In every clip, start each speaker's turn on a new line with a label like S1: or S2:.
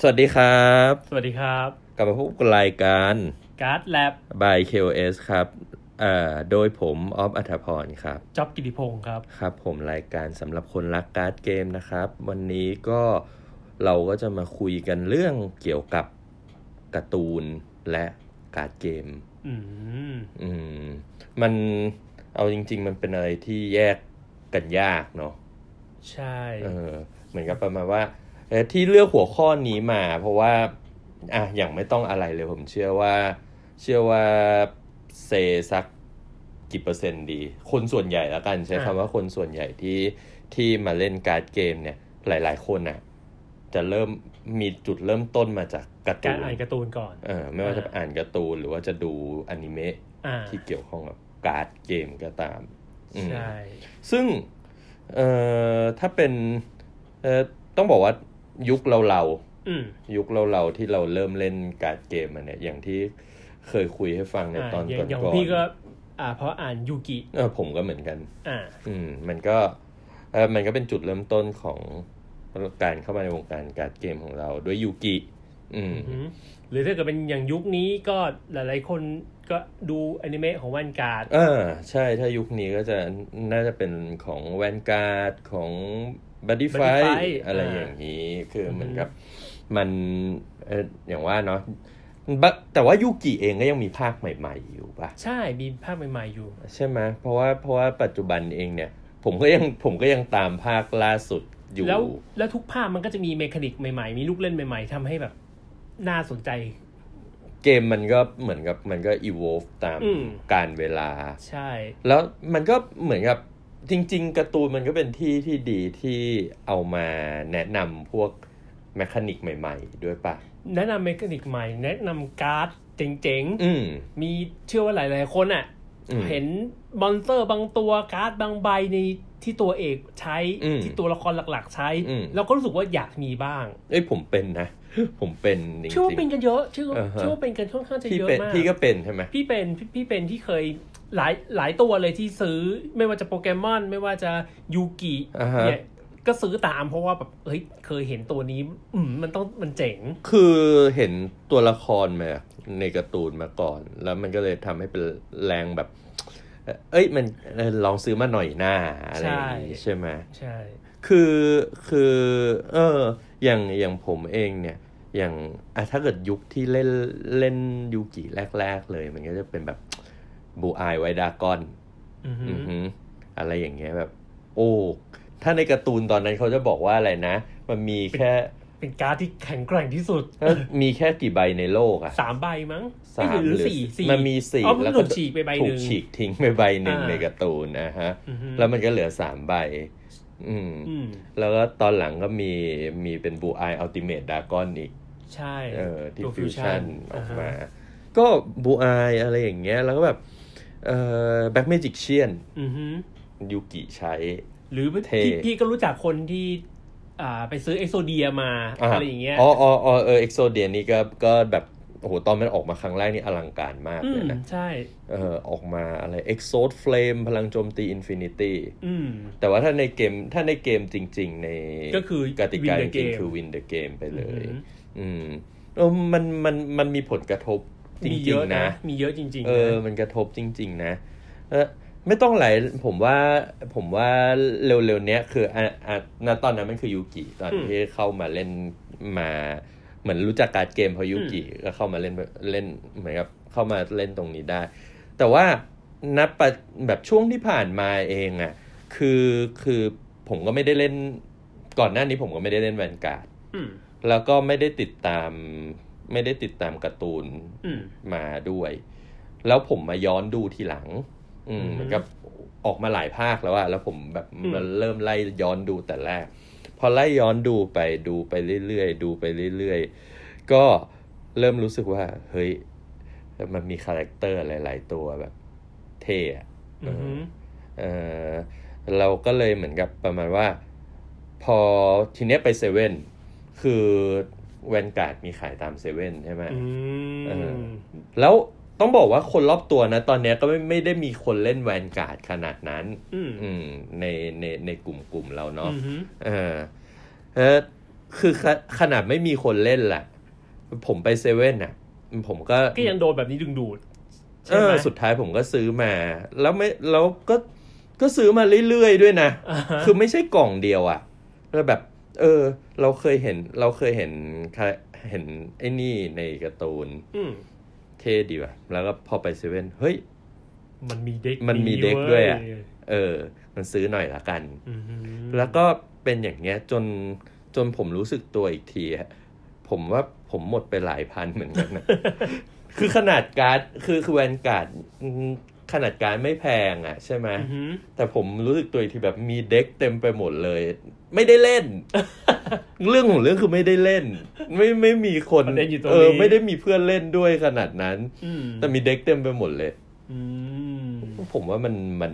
S1: สวัสดีครับ
S2: สวัสดีครับ
S1: กลับมาพบกับรายการ
S2: การ์ดแลบ
S1: by KOS ครับเอ่อโดยผมออฟอัธพรครับ
S2: จ็อบกิติพงศ์ครับ
S1: ครับผมรายการสำหรับคนรักการ์ดเกมนะครับ วันนี้ก็เราก็จะมาคุยกันเรื่องเกี่ยวกับการ์ตูนและการ์ดเกม
S2: อืม
S1: อืมมันเอาจริง ๆ มันเป็นอะไรที่แยกกันยากเนาะ
S2: ใช่
S1: เออเหมือนกับประมาณว่าเอ่อที่เลือกหัวข้อนี้มา เพราะว่าอ่ะอย่างไม่ต้องอะไรเลยผมเชื่อว่า เชื่อว่าเซสักกี่เปอร์เซ็นต์ดี คนส่วนใหญ่ละกันใช้คำว่าคนส่วนใหญ่ที่ที่มาเล่นการ์ดเกมเนี่ยหลาย ๆ คนน่ะจะเริ่มมีจุดเริ่มต้นมาจากการ์ตู
S2: การ
S1: น
S2: อ่านการ์ตูนก่อน
S1: เออไม่ว่าจะอ่านการ์ตูนหรือว่าจะดูอนิเมะ
S2: อ่า
S1: ที่เกี่ยวข้องกับการ์ดเกมก็ตามอืม
S2: ใช่
S1: ซึ่งเอ่อถ้าเป็นเอ่อต้องบอกว่ายุคเราเรา
S2: อืม
S1: ๆยุคเราเราๆที่เราเริ่มเล่นการ์ดเกมอันเนี่ยอย่างที่เคยคุยให้ฟังใน
S2: อ่า
S1: ตอน
S2: อย่า
S1: ก่
S2: งอย่าง
S1: อน
S2: พี่ก็ อ่า เพราะอ่านยูกิ
S1: ๆเออผมก็เหมือนกัน
S2: อ่า
S1: อืมมันก็เออมันก็เป็นจุดเริ่มต้นของการเข้ามาในวงการการ์ดเกมของเราด้วยยูกิอืม
S2: อืมหรือถ้าเกิดเป็นอย่างยุคนี้ก็หลาย ๆ คนก็ดูอนิเมะของวันการ์ด
S1: เออใช่ถ้ายุคนี้ก็จะน่าจะเป็นของแวนการ์ดของบัดดี้ไฟ
S2: Buddy
S1: อะไร
S2: อ่า
S1: อย่างนี้ คือเหมือน
S2: อือฮึ
S1: กับมันเอออย่างว่าเนาะบะแต่ว่ายูกิเองก็ยังมีภาคใหม่ๆอยู่ป่ะ
S2: ใช่มีภาคใหม่ ๆ อยู่
S1: ใช่ไหมเพราะว่าเพราะว่าปัจจุบันเองเนี่ย ผมก็ยังผมก็ยังตามภาคล่าสุดอยู่
S2: แล้ว แล้วทุกภาคมันก็จะมีเมคานิกใหม่ ๆ มีลูกเล่นใหม่ ๆทำให้แบบ น่าสนใจ
S1: เกมมันก็เหมือนกับมันก็อีโวฟตาม
S2: อืม
S1: การเวลา
S2: ใช่
S1: แล้วมันก็เหมือนกับจริง ๆการ์ตูนมันก็เป็นที่ที่ดีที่เอามาแนะนำพวกแมคานิกใหม่ๆ ด้วยปะ
S2: แนะนำเมคานิกใหม่ แนะนำการ์ดเจ๋งๆ
S1: อืม
S2: มีเชื่อว่าหลาย ๆ คนอ่ะ
S1: อืม
S2: เห็นมอนสเตอร์บางตัวการ์ดบางใบในที่ตัวเอกใช้
S1: อืม
S2: ที่ตัวละครหลัก ๆ ใช้
S1: อืม
S2: เราก็รู้สึกว่าอยากมีบ้าง
S1: เอ้ยผมเป็นนะ ผมเป็นจริง
S2: เชื่อว่า
S1: ๆ
S2: เป็นกันเยอะเชื่อว่า
S1: อ่าฮะ
S2: เชื่อว่าเป็นกันค่อนข้างจะ
S1: พี่
S2: เยอะ
S1: เป็น
S2: มาก
S1: พี่ก็เป็นใช่ไหม
S2: พี่เป็นพี่พี่เป็นที่เคยหลายหลายตัวเลยที่ซื้อไม่ว่าจะโปเกมอน ไม่ว่าจะยูกิ
S1: อ่าฮะ
S2: เนี่ยก็ซื้อตามเพราะว่าแบบเฮ้ยเคยเห็นตัวนี้ อืมมันต้องมันเจ๋ง
S1: คือเห็นตัวละครมาในการ์ตูนมาก่อน แล้วมันก็เลยทำให้เป็นแรงแบบ เอ้ยมันเออลองซื้อมาหน่อยหน้าอะไรอย่างนี้
S2: ใช่
S1: ใช่ไหม
S2: ใช่
S1: คือคือเอออย่างอย่างผมเองเนี่ย อย่างอ่ะถ้าเกิดยุคที่เล่นเล่นยูกิแรก ๆ เลย มันก็จะเป็นแบบบูอายไวดากอน
S2: อือหือ
S1: อะไรอย่างเงี้ยแบบ โอ้ถ้าในการ์ตูนตอนนั้นเขาจะบอกว่าอะไรนะ มันมีแค่
S2: เป็นการ์ดที่แข็งแกร่งที่สุด
S1: เอ้ยมีแค่กี่ใบในโลกอะ
S2: สามใบมั้ง
S1: สาม
S2: หรือ
S1: หรือ
S2: สี่สี่
S1: มันมีสี่
S2: อ๋อมัน
S1: แล้ว
S2: ถู
S1: ก็
S2: กฉีกไปใบห
S1: ถู
S2: นึ่
S1: ก
S2: ง
S1: ฉีกทิ้งไปใบหนึ่ง
S2: อ่า
S1: ในการ์ตูนนะฮะ
S2: อือฮึ
S1: แล้วมันก็เหลือสามใบ อืม
S2: อืม
S1: แล้วก็ตอนหลังก็มีมีเป็นบูไออัลติเม e ดากอนอีก
S2: ใช่
S1: เออที่
S2: ตัว
S1: ฟิวชั่น
S2: Fusion
S1: ออกมา ก็บูไออะไรอย่างเงี้ย แล้วก็แบบเออแบ็กเมจิกเชียน
S2: อือฮึ
S1: ยูกิใช้
S2: หรือ
S1: เท่
S2: พี่พี่ก็รู้จักคนที่ อ่าไปซื้อเอ็กโซเดียมา อะไรอย่างเงี้ย
S1: อ๋ออ๋ออ๋อเออเอ็กโซเดียนี่ก็ก็แบบโอ้โหตอนมันออกมาครั้งแรกนี่อลังการมาก
S2: อื
S1: เลย
S2: ม
S1: นะ
S2: ใช่
S1: เออออกมาอะไรเอ็กโซดเฟลมพลังโจมตีอินฟินิตี้
S2: อืม
S1: แต่ว่าถ้าในเกมถ้าในเกมจริง ๆ ใน
S2: ก็คือก
S1: ติกา
S2: win the
S1: จริง
S2: game
S1: ๆคือวินเดอะเกมไปเลย
S2: อือฮึ
S1: อืมเออมันมันมันมีผลกระทบจ
S2: มี
S1: ริ
S2: เย
S1: ง
S2: อะ
S1: ๆ
S2: นะ
S1: นะ
S2: มีเยอะจริงๆ
S1: เออ
S2: นะ
S1: มันกระทบจริง ๆ นะเออไม่ต้องไหลายผมว่าผมว่าเร็วๆเนี้ยคืออ่ะอ่ะณตอนนั้นมันคือยูกิตอนที่เข้ามาเล่นมา เหมือนรู้จักการ์ดเกมเพราะยูกิก็เข้ามาเล่นเล่นเหมือนกับเข้ามาเล่นตรงนี้ได้ แต่ว่านับแบบช่วงที่ผ่านมาเองอะ่ะคือคือผมก็ไม่ได้เล่นก่อนหน้านี้ผมก็ไม่ได้เล่นแวนการ์ด
S2: อืม
S1: แล้วก็ไม่ได้ติดตามไม่ได้ติดตามการ์ตูน
S2: อืม
S1: มาด้วย แล้วผมมาย้อนดูทีหลัง อืม
S2: อือฮึ
S1: เหมือนกับออกมาหลายภาคแล้วอะแล้วผมแบบ
S2: อืม
S1: มันเริ่มไล่ย้อนดูแต่แรก พอไล่ย้อนดูไปดูไปเรื่อยๆดูไปเรื่อยๆ ก็เริ่มรู้สึกว่า เฮ้ย มันมีคาแรคเตอร์หลาย ๆ ตัวแบบเท่อะ
S2: อือฮึ
S1: เออเราก็เลยเหมือนกับประมาณว่า พอทีเนี้ยไปเซเว่นคือแวนการ์ดมีขายตามเซเว่นใช่ไหม
S2: อื
S1: เออ
S2: ม
S1: แล้ว ต้องบอกว่าคนรอบตัวนะ ตอนเนี้ยก็ไม่ไม่ได้มีคนเล่นแวนการ์ดขนาดนั้น
S2: อืม
S1: อืมในในในกลุ่มกลุ่มเราเนาะ
S2: อืมฮึ
S1: เออเออคือขะขนาดไม่มีคนเล่นแหละ ผมไปเซเว่นอ่ะ ผมก็
S2: ก็ยังโดนแบบนี้ดึงดูดใช่
S1: เอ
S2: ไห
S1: อ
S2: ม
S1: สุดท้ายผมก็ซื้อมา แล้วไม่แล้วก็ก็ซื้อมาเรื่อยๆด้วยนะ
S2: อ่าฮะ
S1: คือไม่ใช่กล่องเดียวอะแล้วแบบ เออ เราเคยเห็นเราเคยเห็นเห็นไอ้นี่ในการ์ตูน
S2: อืม
S1: เท่ดีว่ะ แล้วก็พอไปเซเว่นเฮ้ย
S2: มันมีเด็ก
S1: มันมีเด็กด้วยอะ
S2: เย
S1: เออ มันซื้อหน่อยละกัน
S2: อืมฮึ
S1: แล้วก็เป็นอย่างเงี้ยจนจนผมรู้สึกตัวอีกทีอะผมว่าผมหมดไปหลายพันเหมือนกัน นะ คือขนาดการ์ดคือคือแวนการ์ดอืมขนาดการ์ดไม่แพงอะใช่ไหม
S2: อืมฮึ
S1: แต่ผมรู้สึกตัวอีกทีแบบมีเด็กเต็มไปหมดเลย ไม่ได้เล่น เรื่องของเรื่องคือไม่ได้เล่น ไม่ไม่มีคน
S2: ประเด็นอยู่ตรง
S1: เอ
S2: นี้
S1: อไม่ได้มีเพื่อนเล่นด้วยขนาดนั้น
S2: อืม
S1: แต่มีเด็กเต็มไปหมดเลย
S2: อืม
S1: ผมว่ามันมัน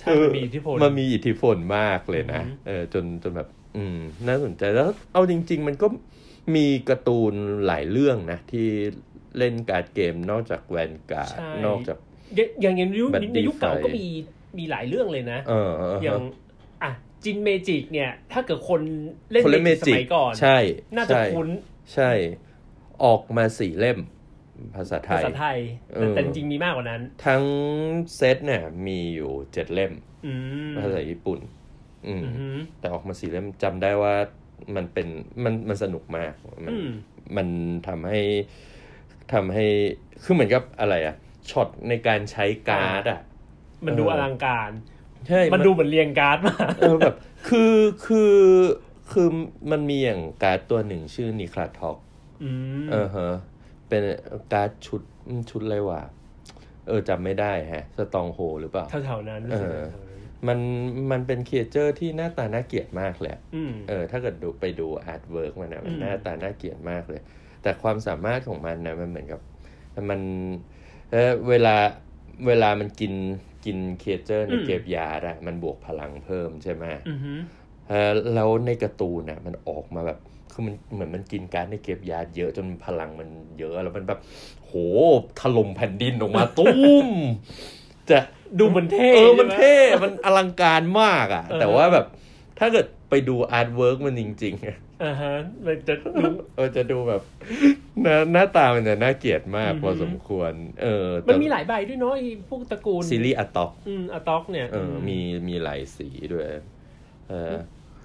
S2: ใช่มันมีอิทธิพล
S1: มันมีอิทธิพลมากเลยนะ
S2: อือหือ
S1: เออจนจนแบบ อืม น่าสนใจแล้วเอาจริง ๆ มันก็มีการ์ตูนหลายเรื่องนะ ที่เล่นการ์ดเกมนอกจากแวนการ์ด
S2: ใช่
S1: นอกจาก
S2: อย่างอย่างในยุค
S1: บัดดี้
S2: ในยุคเก่า
S1: ไฟ
S2: ก็มีมีหลายเรื่องเลยนะ
S1: เออเออเออ
S2: อย่างอ่ะจินเมจิกเนี่ย ถ้าเกิดคนเล่น
S1: คนเล่น
S2: เม
S1: เม
S2: จิกส
S1: จิก
S2: มัยก่อน
S1: ใช่
S2: น่าจะ
S1: ใช่
S2: คุ้น
S1: ใช่ ออกมาสี่เล่ม ภาษาไท
S2: ภาย ษาไทย
S1: เอ
S2: แต่
S1: อ
S2: แต่จริงๆมีมากกว่านั้น
S1: ทั้งเซตเนี่ยมีอยู่เจ็ดเล่ม
S2: อืม
S1: ภาษาญี่ปุ่น อืม
S2: อืม
S1: แต่ออกมาสี่เล่มจำได้ว่ามันเป็นมันมันสนุกมาก มั
S2: อืม
S1: มันทำให้ทำให้คือเหมือนกับอะไรอะช็อตในการใช้การ์ดอะ
S2: มันดูอลังการ
S1: ใช่
S2: มันดูเหมือนเรียงการ์ดมาก
S1: เออแบบ คือคือคือมันมีอย่างการ์ดตัวหนึ่งชื่อนิคลาท็อก
S2: อืม
S1: เออฮะเป็นการ์ดชุดอืมชุดอะไรวะ เออจำไม่ได้แฮะ สตองโฮหรือเปล่า
S2: แถวๆนั้นรู้สึกแถวๆนั้น
S1: มันมันเป็นเคเจอร์ที่หน้าตาน่าเกลียดมากเลยอะ
S2: อืม
S1: เออถ้าเกิดดูไปดูอาร์ตเวิร์กมันนะมัน
S2: อืม
S1: หน้าตาน่าเกลียดมากเลย แต่ความสามารถของมันนะมันเหมือนกับ มันเออเวลาเวลามันกินกินเคเจอร์ในเก็บยาร์ดอะมันบวกพลังเพิ่มใช่ไหม
S2: อือหือ
S1: เออแล้วในการ์ตูนน่ะมันออกมาแบบคือมันเหมือนมันกินการดในเก็บยาเยอะจนพลังมันเยอะแล้วมันแบบโหถล่มแผ่นดินออก มา ตุ้มจะ
S2: ดูเหมือนเท่
S1: เออมัน
S2: ใช่ไหม
S1: เท่ มันอลังการมากอ่ะ
S2: เออ
S1: แต่ว่าแบบถ้าเกิดไปดูอาร์ตเวิร์กมันจริงๆอะ
S2: อ่าฮะมันจะ ดู
S1: เออจะดูแบบหน้าหน้าตามันจะน่าเกลียดมาก
S2: อือหือ
S1: พอสมควร เออแต่
S2: มันมีหลายใบด้วยเนาะไอ้พวกตระกูล
S1: ซีรีส์อะตอก
S2: อืมอะต็อกเนี่ย
S1: เอออมีมีหลายสีด้วย เออ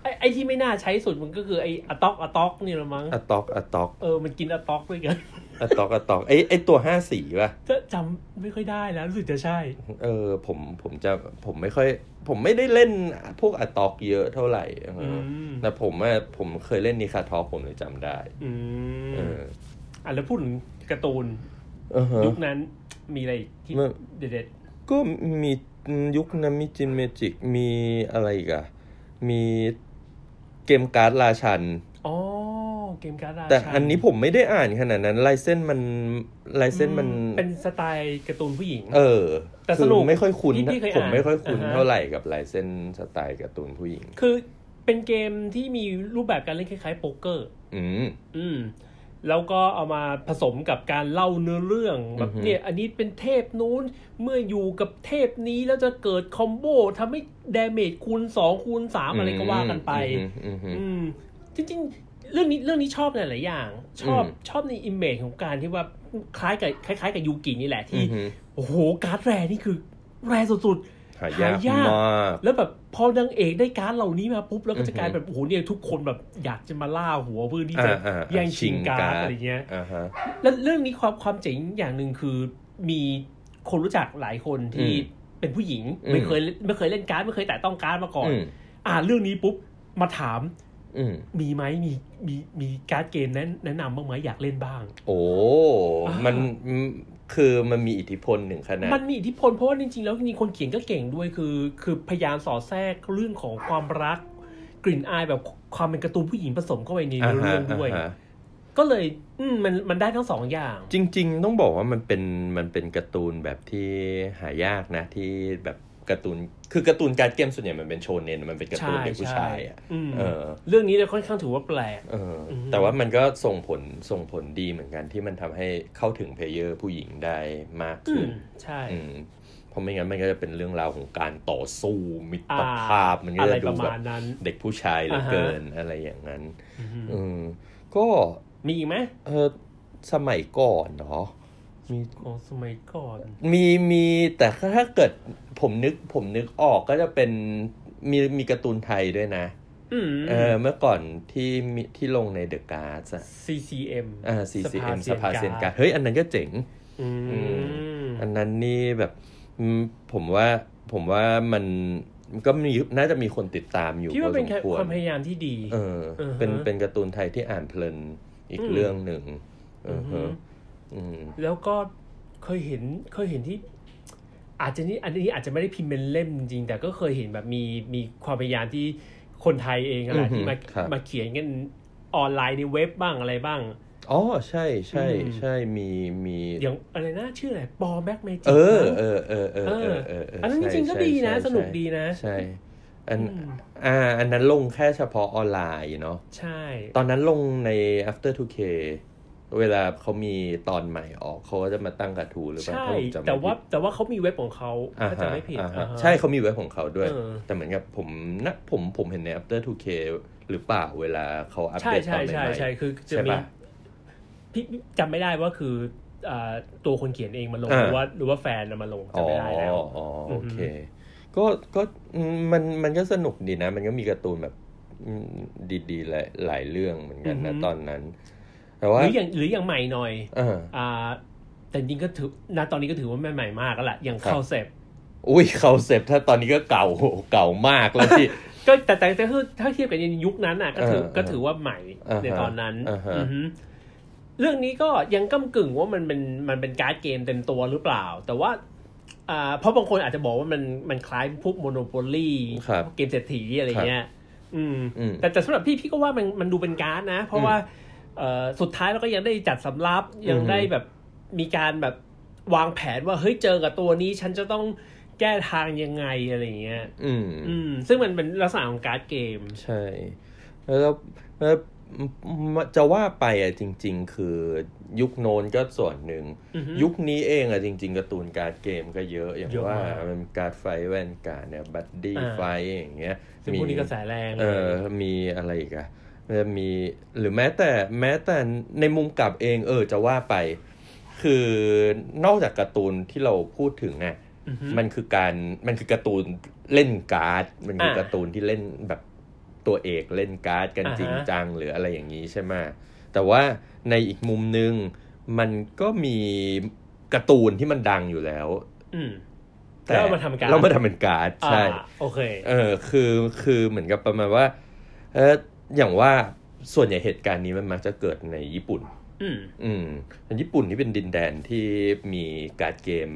S2: ไอ้ไอ้ที่ไม่น่าใช้สุดมันก็คือไอ้อะต็อกอะต็อกนี่ละมั้ง
S1: อะตอกอะตอก
S2: เออมันกินอะต็อกด้วยกัน
S1: อะตอกอะตอกไอไอตัวห้าสีป่ะ
S2: จะจำไม่ค่อยได้แล้วรู้สึกจะใช่
S1: เออผมผมจะผมไม่ค่อย ผมไม่ได้เล่นพวกอะตอกเยอะเท่าไหร่เอออ
S2: ม
S1: แต่ผมอะผมเคยเล่นนิคาทอผมเลยจำได้
S2: อืม
S1: เออ
S2: อ่ะแล้วพูดถึงการ์ตูน
S1: อือฮะ
S2: ยุคนั้นมีอะไรอีกที่
S1: เมื่อ
S2: เด็ด
S1: ก็มียุคนั้นมีจินเมจิกมีอะไรอีกอะมีเกมการ์ดราชัน
S2: ๆอ๋อเกมการ์ดราชั
S1: แต่อันนี้ผมไม่ได้อ่านขนาดนั้นลายเส้นมันลายเส้นมัน
S2: อืเป็นสไตล์การ์ตูนผู้หญิง
S1: เออ
S2: แต่สนุก
S1: คือไม่ค่อยคุ้น
S2: พี่พี่เคย
S1: ผม
S2: อ่าน
S1: ไม่ค่อยคุ้น
S2: อ่าฮะ
S1: เท่าไหร่กับลายเส้นสไตล์การ์ตูนผู้หญิง
S2: คือเป็นเกมที่มีรูปแบบการเล่นคล้ายๆโป๊กเกอร์
S1: อืม
S2: อืม แล้วก็เอามาผสมกับการเล่าเนื้อเรื่องแบบ
S1: อือฮึ
S2: เนี่ยอันนี้เป็นเทพนู้นเมื่ออยู่กับเทพนี้แล้วจะเกิดคอมโบทำให้เดเมจคูณสองคูณสามอะไรก็ว่ากันไป
S1: อืมอืมอืม
S2: อืมจริงๆ เรื่องนี้เรื่องนี้ชอบหลายๆอย่าง ชอบ
S1: อืม
S2: ชอบในอิมเมจของการที่ว่าคล้ายกับคล้ายๆกับยูกินี่แหละที่
S1: อืม
S2: โอ้โห การ์ดแรร์นี่คือแรร์สุด
S1: หายาก
S2: หายาก
S1: มาก
S2: ๆ แล้วแบบพอนางเอกได้การ์ดเหล่านี้มาปุ๊บ แล้วก็จะ
S1: อือฮึ
S2: กลายเป็นโอ้โหเนี่ยทุกคนแบบอยากจะมาล่าหัวเพื่อที่
S1: อ่า
S2: จะ
S1: อ่า
S2: แย่งชิงการ์ดอะไรเงี้ย
S1: อ่าฮะ
S2: แล้วเรื่องนี้ความความเจ๋งอย่างหนึ่งคือมีคนรู้จักหลายคนที่
S1: อืม
S2: เป็นผู้หญิง
S1: อืม
S2: ไม่เคยไม่เคยเล่นการ์ดไม่เคยแตะต้องการ์ดมาก่อน
S1: อืม
S2: อ่านเรื่องนี้ปุ๊บมาถาม
S1: อืม
S2: มีไหมมีมีมีการ์ดเกมแนะแนะนำบ้างไหมอยากเล่นบ้าง
S1: โอ้
S2: อ่ามั
S1: มันอืมคือมันมีอิทธิพลหนึ่งขนาด
S2: มันมีอิทธิพลเพราะว่าจริงๆแล้วจริงๆคนเขียนก็เก่งด้วยคือ คือพยายามสอดแทรกเรื่องของความรัก กลิ่นอายแบบความเป็นการ์ตูนผู้หญิงผสมเข้าไปในเนื้อเรื่องด้วย ก็เลยอืมมันมันได้ทั้งสองอย่าง
S1: จริง ๆ ต้องบอกว่ามันเป็นมันเป็นการ์ตูนแบบที่หายากนะที่แบบ การ์ตูนคือการ์ตูนการ์ดเกมส่วนใหญ่มันเป็นโชเนนมันเป็นการ์ตูนเด็กผู้ชายอ่ะ
S2: อืม
S1: เออ
S2: เรื่องนี้เนี่ยค่อนข้างถือว่าแปลก
S1: เอออ
S2: ม
S1: แต่ว่ามันก็ส่งผลส่งผลดีเหมือนกันที่มันทำให้เข้าถึงเพลเยอร์ผู้หญิงได้มาก
S2: อื
S1: ขึ้
S2: ม
S1: น
S2: ใช่
S1: อืมเพราะไม่งั้นมันก็จะเป็นเรื่องราวของการต่อสู้มิต
S2: อ่าร
S1: ภาพมันก็
S2: อะไร
S1: จะ
S2: ป
S1: ดู
S2: ระ
S1: แบ
S2: มาณ
S1: บ
S2: นั้น
S1: เด็กผู้ชายเหลือเกินอะไรอย่างนั้นเออก็
S2: มีอีกไหม
S1: เออสมัยก่อนเนาะมี
S2: ของสมัยก่อน
S1: มีมีแต่ถ้าเกิดผมนึกผมนึกออกก็จะเป็นมีมีการ์ตูนไทยด้วยนะ
S2: อืม
S1: เออเมื่อก่อนที่มีที่ลงในเดอะการ์ดอะ
S2: CCM
S1: อ่า CCM ส
S2: ส
S1: ภา
S2: ภา
S1: เซี
S2: เซี
S1: ยน
S2: ยนกา
S1: กา์
S2: รร์
S1: ด
S2: ด
S1: เฮ้ย อันนั้นก็เจ๋ง
S2: อืม
S1: อันนั้นนี่แบบอืมผมว่าผมว่ามันมันก็มีน่าจะมีคนติดตามอยู่
S2: พี่
S1: พอ
S2: ว่า
S1: ส
S2: เป็น
S1: มควร
S2: ความพยายามที่ดี
S1: เออ
S2: อือฮะ
S1: เป็นเป็นการ์ตูนไทยที่อ่านเพลินอีก
S2: อืม
S1: เรื่องหนึ่งเออฮะ
S2: ม
S1: อืม
S2: แล้วก็เคยเห็นเคยเห็นที่ อาจจะนี่อันนี้อาจจะไม่ได้พิมพ์เป็นเล่มจริง แต่ก็เคยเห็นแบบมีมีความพยายามที่คนไทยเองอะไรที่มามาเขียนกันออนไลน์ในเว็บบ้างอะไรบ้าง
S1: อ๋อใช่ใช่
S2: อืม
S1: ใช่มีมี
S2: อย่างอะไรนะชื่ออะไรปอแบ็กเมจิ
S1: เออเออเออเออเออเออเออ
S2: อั
S1: อั
S2: นนั้นจริงๆก็ดีนะ สนุกดีนะ
S1: ใช่อัน
S2: อืม
S1: อ่าอันนั้นลงแค่เฉพาะออนไลน์เนาะ
S2: ใช่
S1: ตอนนั้นลงใน after 2k เวลาเขามีตอนใหม่ออกเขาก็จะมาตั้งกระทูหรือเปล่า
S2: ใช่
S1: ถ้าผมจำไม่ผิด
S2: แต่ว่าแต่ว่าเขามีเว็บของเขา
S1: อ่า
S2: ถ้า
S1: ฮะ
S2: จำไม่ผิด
S1: อ่าฮะ
S2: อ่าฮะ
S1: ใช่เขามีเว็บของเขาด้วย
S2: เออ
S1: แต่เหมือนกับผมนะผมผมเห็นใน after 2k หรือเปล่าเวลาเขาอัป
S2: ใช่
S1: เดตต
S2: ใช่
S1: อนให
S2: ใช่
S1: ม่
S2: ใช่
S1: ๆ
S2: คือจะ
S1: ใช่
S2: มี
S1: ปะ
S2: พี่จำไม่ได้ว่าคืออ่าตัวคนเขียนเองมาลง
S1: อ่า
S2: หรือว่าหรือว่าแฟนเอามาลง
S1: อ๋อ
S2: จำไม่ได้แล้ว
S1: อ๋อ
S2: อื
S1: โอ
S2: อฮึ
S1: เค ก็ก็อืมมันมันก็สนุกดีนะ มันก็มีการ์ตูนแบบอืมดีๆหลายหลายเรื่องเหมือนกันนะตอนนั้น แต่ว่า
S2: หรืออย่างหรืออย่างใหม่หน่อย
S1: อ่า
S2: อ่าแต่จริงก็ถือณตอนนี้ก็ถือว่าไม่ใหม่มากแล้วล่ะอย่างเข้าเซป
S1: อุ้ยเขาเสร็จถ้าตอนนี้ก็เก่าเก่ามากแล้ว ที่
S2: ก็แต่แต่แต่คือถ้าเทียบกับในยุคนั้นอ่ะก็ถือ
S1: เออ
S2: ก็ถือว่าใหม่
S1: อ่าฮะ
S2: ในตอนนั้น
S1: อ่าฮะ
S2: อือฮึเรื่องนี้ก็ยังก้ากึ่งว่ามันเป็นมันเป็นการ์ดเกมเต็มตัวหรือเปล่า แต่ว่าอ่าเพราะบางคนอาจจะบอกว่ามันมันคล้ายพวกโมโนโปลี
S1: ครับ
S2: เกมเศรษฐีอะไรเงี้ย อืม
S1: อืม
S2: แต่แต่สำหรับพี่พี่ก็ว่ามันมันดูเป็นการ์ดนะ เพราะว่าเอ่อสุดท้ายเราก็ยังได้จัดสำรับ ยัง
S1: อือฮึ
S2: ได้แบบมีการแบบวางแผนว่าเฮ้ยเจอกับตัวนี้ ฉันจะต้องแก้ทางยังไงอะไรเงี้ย
S1: อืม
S2: อืม ซึ่งมันเป็นลักษณะของการ์ดเกม
S1: ใช่ แล้วแล้วจะว่าไปอ่ะจริง ๆ คือยุคโน้นก็ส่วนหนึ่ง
S2: อือฮึ
S1: ยุคนี้เองอ่ะจริง ๆการ์ตูนการ์ดเกมก็เยอะอย่าง
S2: เยอะ
S1: ว่า
S2: าก
S1: มันการ์ดไฟแว่นการ์ดเนี่ยบัดดี้
S2: อ่า
S1: ไฟอย่างเงี้ย
S2: ซึ่งพวกนี้กระแสแรง
S1: เออมีอะไรอีกอะจะมีหรือแม้แต่แม้แต่ในมุมกลับเองเออจะว่าไป คือนอกจากการ์ตูนที่เราพูดถึงเนี่ย
S2: อือฮึ
S1: มันคือการมันคือการ์ตูนเล่นการ์ด มันคือ
S2: อ่า
S1: การ์ตูนที่เล่นแบบตัวเอกเล่นการ์ดกัน
S2: อ่าฮะ
S1: จริงจังหรืออะไรอย่างนี้ใช่ไหมแต่ว่าในอีกมุมหนึ่งมันก็มีการ์ตูนที่มันดังอยู่แล้ว
S2: อืม
S1: แต่
S2: แล้วเอามาทำการ์ด
S1: เรามาทำเป็นการ์ดใช่
S2: อ่าโอเค
S1: เออคือคือเหมือนกับประมาณว่าเอออย่างว่าส่วนใหญ่เหตุการณ์นี้มันมักจะเกิดในญี่ปุ่น
S2: อืม
S1: อืมญี่ปุ่นนี่เป็นดินแดนที่มีการ์ดเกม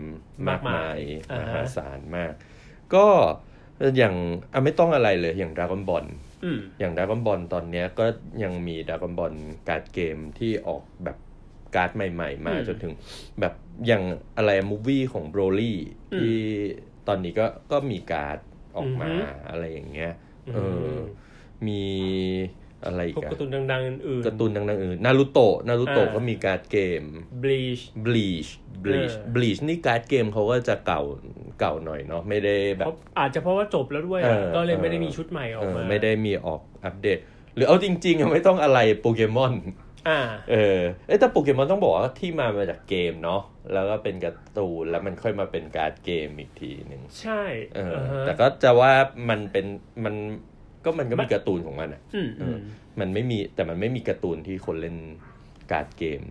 S1: มากมายม
S2: มากมายอ่าฮะ
S1: หาศาลมาก ก็อย่างอ่ะไม่ต้องอะไรเลยอย่างดราก้อนบอล
S2: อืม
S1: อย่างดราก้อนบอลตอนเนี้ยก็ยังมีดราก้อนบอลการ์ดเกมที่ออกแบบการ์ดใหม่ ๆ มา
S2: อืม
S1: จนถึงแบบอย่างอะไรมูฟวี่ของโบรลี่
S2: อืม
S1: ที่ตอนนี้ก็ก็มีการ์ดออกมาอะไรอย่างเงี้ยเอออมีอะไรอี
S2: พวก
S1: กอะ
S2: การ์ตูนดังๆอื่น
S1: การ์ตูนดังๆอื่นนารูโตะนารูโตะก็มีการ์ดเกม
S2: บลีช
S1: บลีชบลีช
S2: เออ
S1: บลีชนี่การ์ดเกมเขาก็จะเก่าเก่าหน่อยเนาะไม่ได้แบบ
S2: อาจจะเพราะว่าจบแล้วด้วยอะ
S1: เออ
S2: ก็เลย
S1: เออ
S2: ไม่ได้มีชุดใหม่ออ
S1: เอก อ
S2: มา
S1: ไม่ได้มีออกอัปเดต หรือเอาจริงๆอะไม่ต้องอะไรโปเกมอน
S2: อ่า
S1: เออเอ้ยแต่โปเกมอนต้องบอกว่าที่มามาจากเกมเนาะแล้วก็เป็นการ์ตูนแล้วมันค่อยมาเป็นการ์ดเกมอีกทีหนึ่ง
S2: ใช่
S1: เออ
S2: อา
S1: อ
S2: ฮะ
S1: แต่ก็จะว่ามันเป็นมันก็มันก็มีการ์ตูนของมันอะ
S2: อืมอืม
S1: มันไม่มีแต่มันไม่มีการ์ตูนที่คนเล่นการ์ดเกม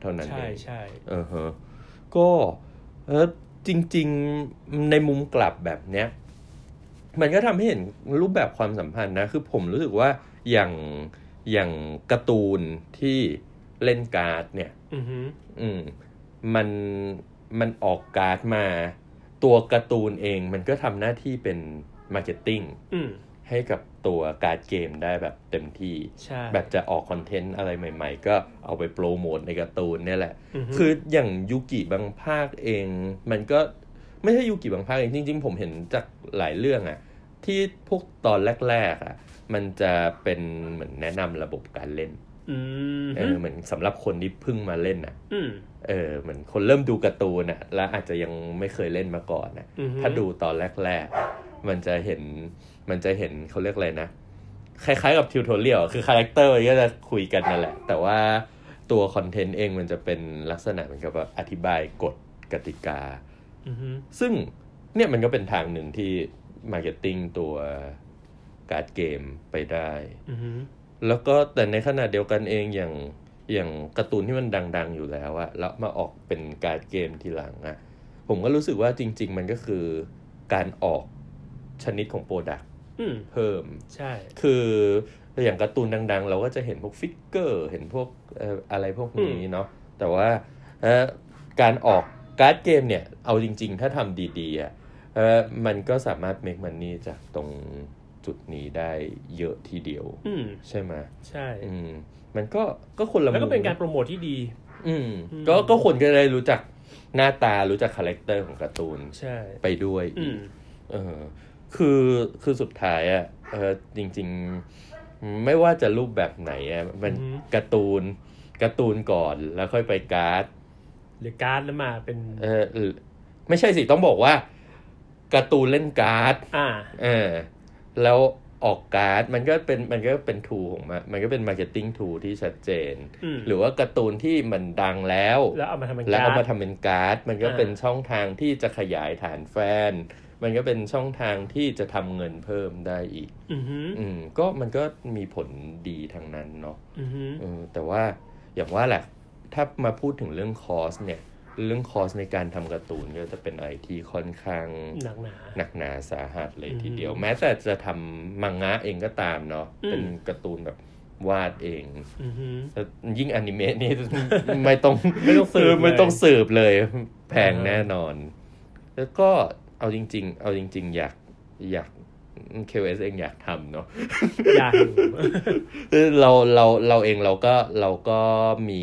S1: เท่านั้นเอ
S2: ใช่
S1: ง
S2: ใช่
S1: เออฮะก็เออจริง ๆ ในมุมกลับแบบเนี้ย มันก็ทำให้เห็นรูปแบบความสัมพันธ์นะ คือผมรู้สึกว่าอย่างอย่างการ์ตูนที่เล่นการ์ดเนี่ย
S2: อือฮึ
S1: อืมมันมันออกการ์ดมา ตัวการ์ตูนเองมันก็ทำหน้าที่เป็นมาร์เก็ตติ้ง
S2: อืม
S1: ให้กับตัวการ์ดเกมได้แบบเต็มที่
S2: ใช่
S1: แบบจะออกคอนเทนต์อะไรใหม่ ๆ ก็เอาไปโปรโมทในการ์ตูนเนี่ยแหละ
S2: ฮึ
S1: คืออย่างยูกิบางภาคเอง มันก็ ไม่ใช่ยูกิบางภาคเองจริง ๆ ผมเห็นจากหลายเรื่องอะที่พวกตอนแรกๆอะมันจะเป็นเหมือนแนะนำระบบการเล่น
S2: อืม
S1: เออเหมือนสำหรับคนที่เพิ่งมาเล่นอะ
S2: อืม
S1: เออเหมือนคนเริ่มดูการ์ตูนอะแล้วอาจจะยังไม่เคยเล่นมาก่อนอะ
S2: อืม
S1: ถ้าดูตอนแรก ๆ มันจะเห็น มันจะเห็นเขาเรียกอะไรนะ คล้ายๆกับทิวทอเรียลคือคาแรคเตอร์มันก็จะคุยกันนั่นแหละ แต่ว่าตัวคอนเทนต์เองมันจะเป็นลักษณะเหมือนกับว่าอธิบายกฎกติกา
S2: อืม
S1: ซึ่งเนี่ยมันก็เป็นทางหนึ่งที่มาร์เก็ตติ้งตัวการ์ดเกมไปได้
S2: อืม
S1: แล้วก็แต่ในขณะเดียวกันเองอย่างอย่างการ์ตูนที่มันดัง ๆ อยู่แล้วอะแล้วมาออกเป็นการ์ดเกมทีหลังอะผมก็รู้สึกว่าจริง ๆ มันก็คือการออกชนิดของโปรดักต์
S2: อืม
S1: เพิ่ม
S2: ใช่
S1: คืออย่างการ์ตูนดัง ๆ เราก็จะเห็นพวกฟิกเกอร์ เห็นพวกเอ่ออะไรพวกนี้เนาะแต่ว่าเอ่อการออกการ์ดเกมเนี่ย เอาจริง ๆ ถ้าทำดีๆอะเอ่อมันก็สามารถ make money จากตรงจุดนี้ได้เยอะทีเดียว
S2: อืม
S1: ใช่ไหม
S2: ใช่
S1: อืมมันก็ก็คนละ
S2: แล้วก็เป็น
S1: มุม
S2: การโปรโมทที่ดี
S1: อืม
S2: อืม
S1: ก็ก็คนก็ได้รู้จักหน้าตารู้จักคาแรคเตอร์ของการ์ตูน
S2: ใช่
S1: ไปด้วย
S2: อื
S1: อี
S2: ม
S1: กเออคือคือสุดท้ายอ่ะเออจริง ๆ ไม่ว่าจะรูปแบบไหนอ่ะมันการ์ตูนการ์ตูนก่อนแล้วค่อยไปการ์ด
S2: หรือการ์ดแล้วมาเป็น
S1: เออหรือไม่ใช่สิต้องบอกว่าการ์ตูนเล่นการ์ด
S2: อ่า
S1: เออแล้วออกการ์ดมันก็เป็นมันก็เป็นทูของมันมันก็เป็นมาร์เก็ตติ้งทูที่ชัดเจน
S2: อืม
S1: หรือว่าการ์ตูนที่มันดังแล้ว
S2: แล้วเอามาทำเป็น
S1: แล้ว
S2: กา
S1: เอา
S2: ร์
S1: มา
S2: ด
S1: ทำเป็นการ์ด มันก็
S2: อ่า
S1: เป็นช่องทางที่จะขยายฐานแฟน มันก็เป็นช่องทางที่จะทำเงินเพิ่มได้อีก
S2: อืมฮึ
S1: อืมก็มันก็มีผลดีทางนั้นเนาะ
S2: อืมฮึ
S1: เออแต่ว่าอย่างว่าแหละ ถ้ามาพูดถึงเรื่องคอสเนี่ย เรื่องคอสในการทำการ์ตูนก็จะเป็นอะไรที่ค่อนข้าง
S2: หนักหนา
S1: หนักหนาสาหัสเลยทีเดียว
S2: อืม
S1: แม้แต่จะทำมังงะเองก็ตามเนาะ
S2: อืม
S1: เป็นการ์ตูนแบบวาดเอง
S2: อืมฮึ
S1: แต่ยิ่งอนิเมะนี่ ไม่ต้อง
S2: ไม่ ต้องสืบเลย
S1: ไม่ต้องสืบเลย แพงแน่นอน แล้วก็เอาจริง ๆ เอาจริง ๆ อยากอยาก KOS เองอยากทำเนาะ
S2: อยากอยู่
S1: เออเราเราเราเองเราก็เราก็มี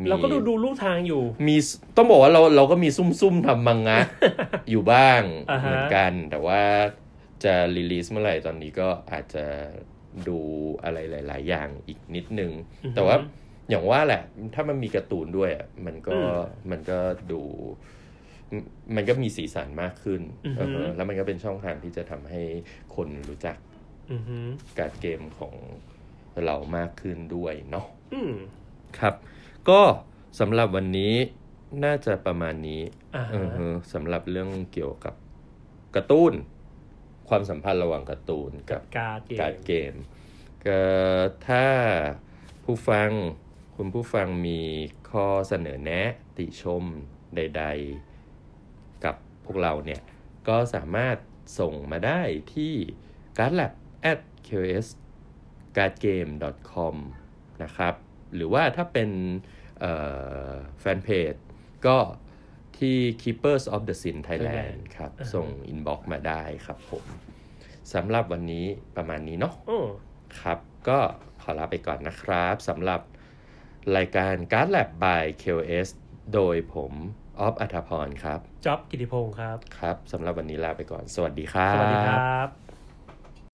S1: มี
S2: เราก็ดูดูลูกทางอยู่
S1: มีต้องบอกว่าเราเราก็มีซุ่มๆทำมังงะ อยู่บ้าง
S2: อ่าฮะ
S1: เหมือนกัน แต่ว่าจะรีลีสเมื่อไหร่ตอนนี้ก็อาจจะดูอะไรหลาย ๆ อย่างอีกนิดนึง
S2: อือฮึ
S1: แต่ว่าอย่างว่าแหละ ถ้ามันมีการ์ตูนด้วยอะมันก็
S2: อืม
S1: มันก็ดูมมันก็มีสีสันมากขึ้น
S2: อือฮึ
S1: เออแล้วมันก็เป็นช่องทางที่จะทำให้คนรู้จัก
S2: อืมฮึ
S1: การดเกมของเรามากขึ้นด้วยเนาะ
S2: อืม
S1: ครับ ก็สำหรับวันนี้น่าจะประมาณนี้
S2: อ่าฮะ
S1: อือฮึสำหรับเรื่องเกี่ยวกับการ์ตูน ความสัมพันธ์ระหว่างการ์ตูนกับ
S2: การ์ดเกม
S1: การดเกมก็ถ้าผู้ฟังคุณผู้ฟังมีข้อเสนอแนะติชมใด ๆ กับพวกเราเนี่ย ก็สามารถส่งมาได้ที่ g a r d l a b at qs g a r d g a m e com นะครับ หรือว่าถ้าเป็นแฟนเพจก็ที่ Keepers of the Sin Thailand ครับ ส่งอินบ็อกมาได้ครับผมสำหรับวันนี้ประมาณนี้เนาะ
S2: โอ้
S1: ครับ ก็ขอลาไปก่อนนะครับสำหรับรายการ g a r d l a b by QS โดยผมออฟอัธพรครับ
S2: จ๊อบกิติพงศ์ครับ
S1: ครับสำหรับวันนี้ลาไปก่อน สวัสดีครับ
S2: สวัสดีครับ